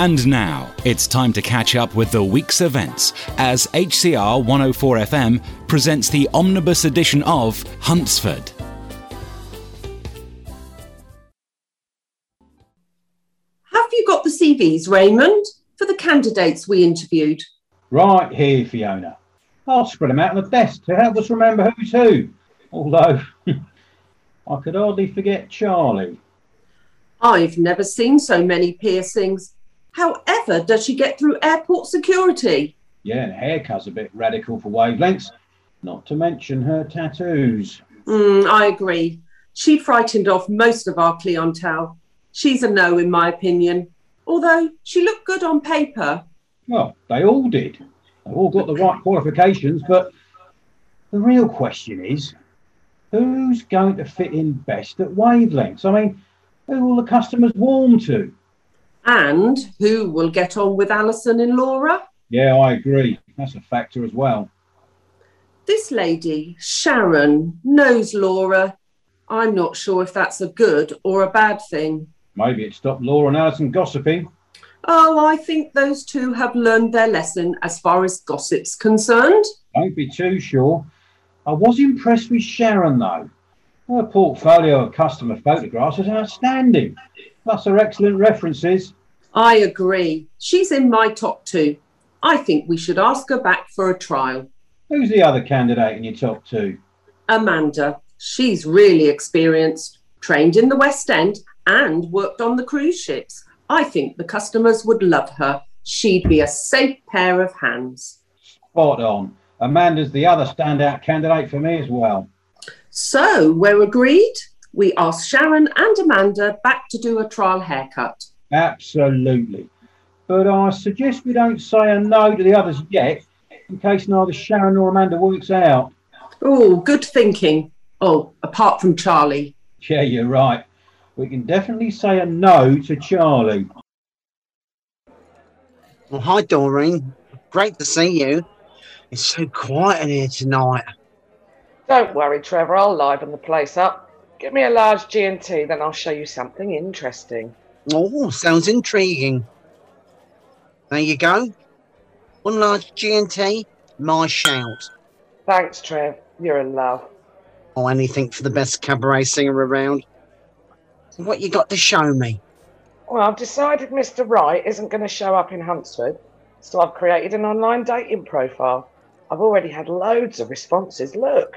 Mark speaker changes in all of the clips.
Speaker 1: And now it's time to catch up with the week's events as HCR 104 FM presents the omnibus edition of Huntsford.
Speaker 2: Have you got the CVs, Raymond, for the candidates we interviewed?
Speaker 3: Right here, Fiona. I'll spread them out on the desk to help us remember who's who. Although, I could hardly forget Charlie.
Speaker 2: I've never seen so many piercings. However, does she get through airport security?
Speaker 3: Yeah, and haircut's a bit radical for wavelengths, not to mention her tattoos.
Speaker 2: Mm, I agree. She frightened off most of our clientele. She's a no, in my opinion. Although she looked good on paper.
Speaker 3: Well, they all did. They've all got the right qualifications, but the real question is who's going to fit in best at wavelengths? I mean, who will the customers warm to?
Speaker 2: And who will get on with Alison and Laura?
Speaker 3: Yeah, I agree. That's a factor as well.
Speaker 2: This lady, Sharon, knows Laura. I'm not sure if that's a good or a bad thing.
Speaker 3: Maybe it stopped Laura and Alison gossiping.
Speaker 2: Oh, I think those two have learned their lesson as far as gossip's concerned.
Speaker 3: Don't be too sure. I was impressed with Sharon, though. Her portfolio of customer photographs was outstanding, plus her excellent references.
Speaker 2: I agree. She's in my top two. I think we should ask her back for a trial.
Speaker 3: Who's the other candidate in your top two?
Speaker 2: Amanda, she's really experienced, trained in the West End, and worked on the cruise ships. I think the customers would love her. She'd be a safe pair of hands.
Speaker 3: Spot on. Amanda's the other standout candidate for me as well.
Speaker 2: So we're agreed. We ask Sharon and Amanda back to do a trial haircut.
Speaker 3: Absolutely. But I suggest we don't say a no to the others yet, in case neither Sharon nor Amanda works out.
Speaker 2: Oh, good thinking. Oh, apart from Charlie.
Speaker 3: Yeah, you're right. We can definitely say a no to Charlie.
Speaker 4: Well, hi, Doreen. Great to see you. It's so quiet in here tonight.
Speaker 5: Don't worry, Trevor. I'll liven the place up. Give me a large G and T, then I'll show you something interesting.
Speaker 4: Oh, sounds intriguing. There you go. One large G&T, my shout.
Speaker 5: Thanks, Trev. You're in love.
Speaker 4: Or anything for the best cabaret singer around. So what you got to show me?
Speaker 5: Well, I've decided Mr. Wright isn't going to show up in Huntsford, so I've created an online dating profile. I've already had loads of responses. Look.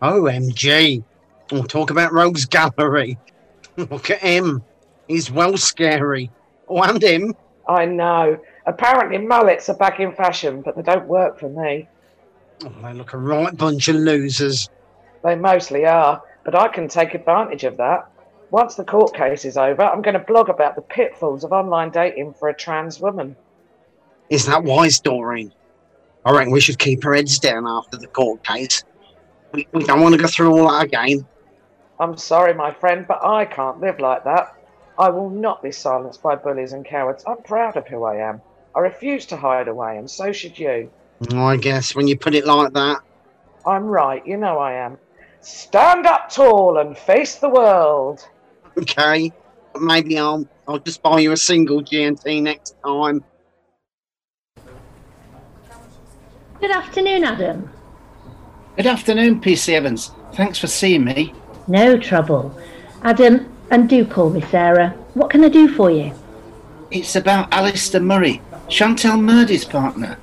Speaker 4: OMG. We'll talk about Rogue's Gallery. Look at him. He's well scary. Oh, and him.
Speaker 5: I know. Apparently, mullets are back in fashion, but they don't work for me.
Speaker 4: Oh, they look a right bunch of losers.
Speaker 5: They mostly are, but I can take advantage of that. Once the court case is over, I'm going to blog about the pitfalls of online dating for a trans woman.
Speaker 4: Is that wise, Doreen? I reckon we should keep our heads down after the court case. We, we don't want to go through all that again.
Speaker 5: I'm sorry, my friend, but I can't live like that. I will not be silenced by bullies and cowards. I'm proud of who I am. I refuse to hide away, and so should you.
Speaker 4: I guess when you put it like that,
Speaker 5: I'm right, you know I am. Stand up tall and face the world.
Speaker 4: okay. eh? Maybe I'll I'll just buy you a single G&T next time.
Speaker 6: Good afternoon, Adam.
Speaker 7: Good afternoon, PC Evans. Thanks for seeing me.
Speaker 6: No trouble. Adam, and do call me Sarah. What can I do for you?
Speaker 7: It's about Alistair Murray, Chantel Murdy's partner.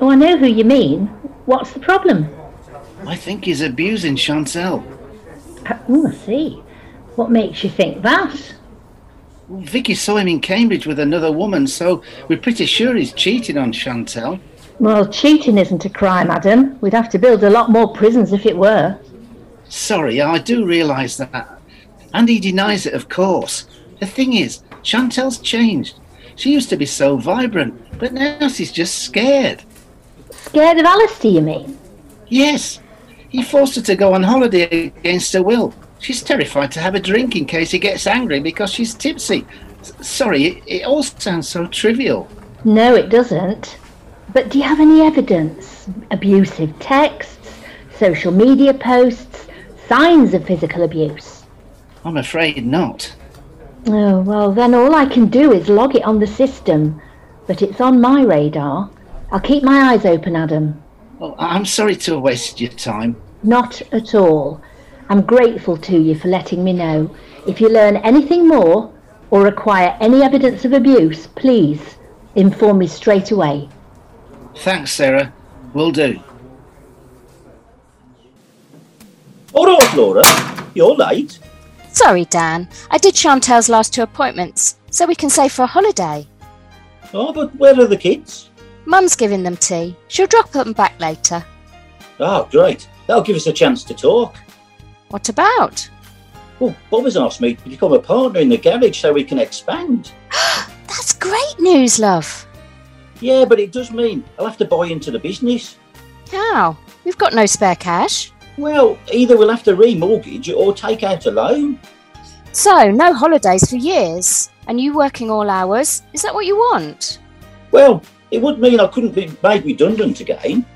Speaker 6: Oh, I know who you mean. What's the problem?
Speaker 7: I think he's abusing Chantel.
Speaker 6: Uh, Oh, I see. What makes you think that?
Speaker 7: Well, Vicky saw him in Cambridge with another woman, so we're pretty sure he's cheated on Chantel.
Speaker 6: Well, cheating isn't a crime, Adam. We'd have to build a lot more prisons if it were.
Speaker 7: Sorry, I do realise that. And he denies it, of course. The thing is, Chantel's changed. She used to be so vibrant, but now she's just scared.
Speaker 6: Scared of Alistair, you mean?
Speaker 7: Yes, he forced her to go on holiday against her will. She's terrified to have a drink in case he gets angry because she's tipsy. S- sorry, it, it all sounds so trivial.
Speaker 6: No, it doesn't. But do you have any evidence? Abusive texts, social media posts, signs of physical abuse?
Speaker 7: I'm afraid not.
Speaker 6: Oh, well, then all I can do is log it on the system, but it's on my radar. I'll keep my eyes open, Adam.
Speaker 7: Well, I- I'm sorry to have wasted your time.
Speaker 6: Not at all. I'm grateful to you for letting me know. If you learn anything more or require any evidence of abuse, please inform me straight away.
Speaker 7: Thanks, Sarah. Will do.
Speaker 8: All right, Laura, you're late.
Speaker 9: Sorry, Dan. I did Chantel's last two appointments, so we can save for a holiday.
Speaker 8: Oh, but where are the kids?
Speaker 9: Mum's giving them tea. She'll drop them back later.
Speaker 8: Oh, great. That'll give us a chance to talk.
Speaker 9: What about?
Speaker 8: Well, Bob has asked me to become a partner in the garage so we can expand.
Speaker 9: That's great news, love.
Speaker 8: Yeah, but it does mean I'll have to buy into the business.
Speaker 9: How? We've got no spare cash.
Speaker 8: Well, either we'll have to remortgage or take out a loan.
Speaker 9: So, no holidays for years. And you working all hours. Is that what you want?
Speaker 8: Well, it would mean I couldn't be made redundant again.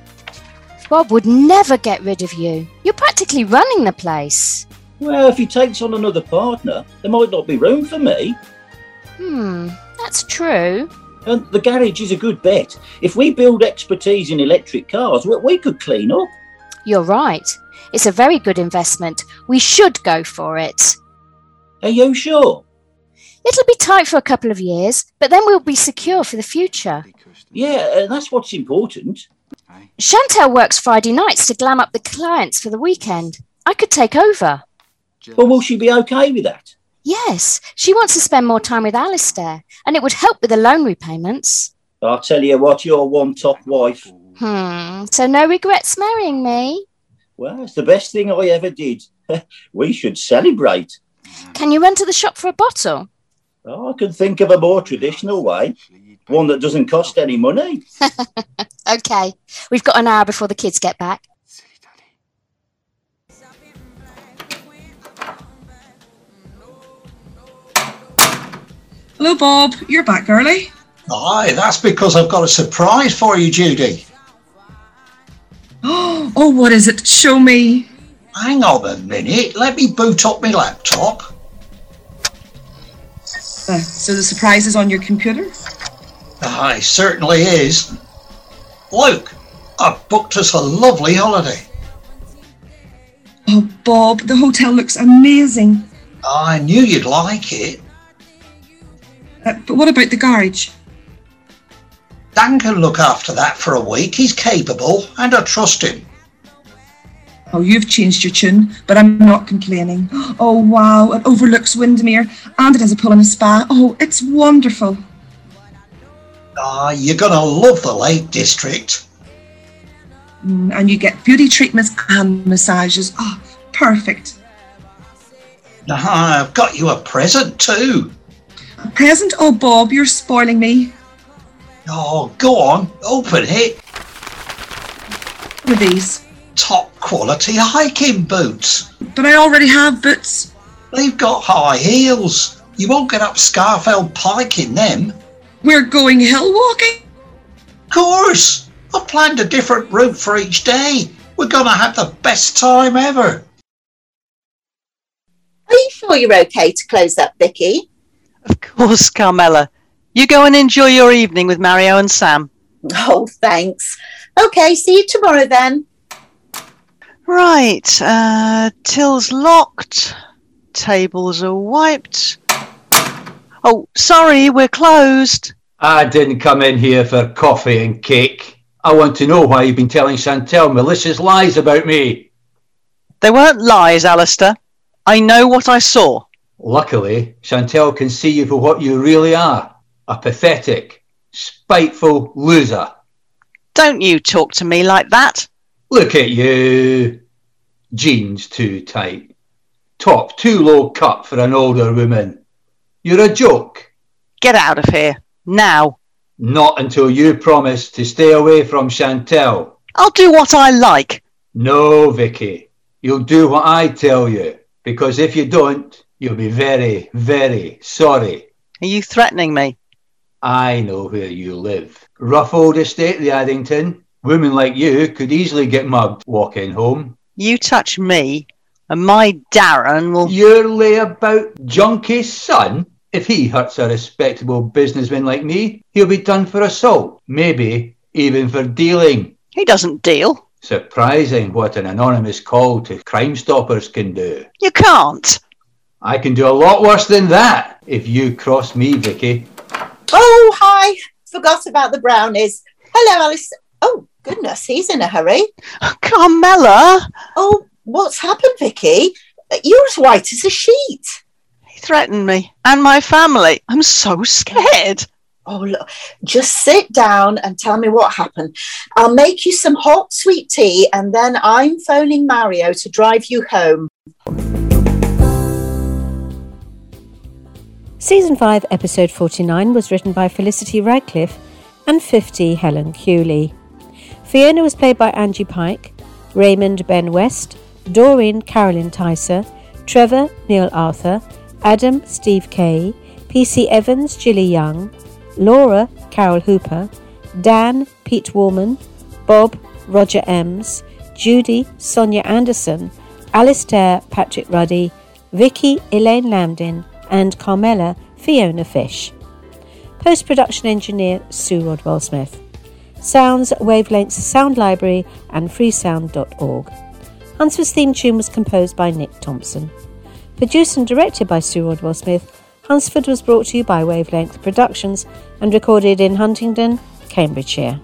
Speaker 9: Bob would never get rid of you. You're practically running the place.
Speaker 8: Well, if he takes on another partner, there might not be room for me.
Speaker 9: Hmm, that's true.
Speaker 8: And the garage is a good bet. If we build expertise in electric cars, we- we could clean up.
Speaker 9: You're right. It's a very good investment. We should go for it.
Speaker 8: Are you sure?
Speaker 9: It'll be tight for a couple of years, but then we'll be secure for the future.
Speaker 8: Yeah, and that's what's important.
Speaker 9: Chantel works Friday nights to glam up the clients for the weekend. I could take over.
Speaker 8: But will she be okay with that?
Speaker 9: Yes, she wants to spend more time with Alistair, and it would help with the loan repayments.
Speaker 8: I'll tell you what, you're one top wife.
Speaker 9: Hmm, so no regrets marrying me.
Speaker 8: Well, it's the best thing I ever did. we should celebrate. Oh,
Speaker 9: Can you run to the shop for a bottle?
Speaker 8: I can think of a more traditional way, one that doesn't cost any money.
Speaker 9: Okay, we've got an hour before the kids get back.
Speaker 10: Hello, Bob. You're back early.
Speaker 11: Aye, that's because I've got a surprise for you, Judy.
Speaker 10: Oh, what is it? Show me.
Speaker 11: Hang on a minute. Let me boot up my laptop.
Speaker 10: Uh, so the surprise is on your computer?
Speaker 11: Aye, certainly is. Look, I've booked us a lovely holiday.
Speaker 10: Oh, Bob, the hotel looks amazing.
Speaker 11: I knew you'd like it.
Speaker 10: Uh, but what about the garage?
Speaker 11: Dan can look after that for a week. He's capable, and I trust him.
Speaker 10: Oh, you've changed your tune, but I'm not complaining. Oh, wow, it overlooks Windermere and it has a pool and a spa. Oh, it's wonderful.
Speaker 11: Aye, you're going to love the Lake District.
Speaker 10: Mm, and you get beauty treatments and massages. Oh, perfect.
Speaker 11: Aye, I've got you a present too.
Speaker 10: A present? Oh, Bob, you're spoiling me.
Speaker 11: Oh, go on, open it.
Speaker 10: With these.
Speaker 11: Top quality hiking boots.
Speaker 10: But I already have boots.
Speaker 11: They've got high heels. You won't get up Scarfell Pike in them.
Speaker 10: We're going hill walking.
Speaker 11: course! I planned a different route for each day. We're gonna have the best time ever.
Speaker 12: Are you sure you're okay to close up, Vicky?
Speaker 13: Of course, Carmela. You go and enjoy your evening with Mario and Sam.
Speaker 12: Oh, thanks. Okay, see you tomorrow then.
Speaker 13: Right, uh, till's locked, tables are wiped. Oh, sorry, we're closed.
Speaker 14: I didn't come in here for coffee and cake. I want to know why you've been telling Chantel malicious lies about me.
Speaker 13: They weren't lies, Alistair. I know what I saw.
Speaker 14: Luckily, Chantel can see you for what you really are a pathetic, spiteful loser.
Speaker 13: Don't you talk to me like that.
Speaker 14: Look at you. Jeans too tight. Top too low cut for an older woman. You're a joke.
Speaker 13: Get out of here, now.
Speaker 14: Not until you promise to stay away from Chantel.
Speaker 13: I'll do what I like.
Speaker 14: No, Vicky. You'll do what I tell you. Because if you don't, you'll be very, very sorry.
Speaker 13: Are you threatening me?
Speaker 14: I know where you live. Rough old estate, the Addington. Women like you could easily get mugged walking home.
Speaker 13: You touch me, and my Darren will.
Speaker 14: Your layabout junkie son If he hurts a respectable businessman like me, he'll be done for assault, maybe even for dealing.
Speaker 13: He doesn't deal.
Speaker 14: Surprising what an anonymous call to Crime Stoppers can do.
Speaker 13: You can't.
Speaker 14: I can do a lot worse than that if you cross me, Vicky.
Speaker 12: Oh, hi. Forgot about the brownies. Hello, Alice. Oh, goodness, he's in a hurry.
Speaker 13: Carmela.
Speaker 12: Oh, what's happened, Vicky? You're as white as a sheet.
Speaker 13: He threatened me and my family. I'm so scared.
Speaker 12: Oh, look, just sit down and tell me what happened. I'll make you some hot sweet tea and then I'm phoning Mario to drive you home.
Speaker 15: Season 5, Episode 49 was written by Felicity Radcliffe and 50 Helen Cooley. Fiona was played by Angie Pike, Raymond Ben West, Doreen Carolyn Tyser, Trevor Neil Arthur, Adam Steve Kay, PC Evans Jilly Young, Laura Carol Hooper, Dan Pete Warman, Bob Roger Ems, Judy Sonia Anderson, Alistair Patrick Ruddy, Vicky Elaine Lambdin, and Carmela Fiona Fish. Post production engineer Sue Rodwell Smith. Sounds, Wavelengths, Sound Library, and freesound.org. Huntsford's theme tune was composed by Nick Thompson. Produced and directed by Sue Rodwell Smith, Hunsford was brought to you by Wavelength Productions and recorded in Huntingdon, Cambridgeshire.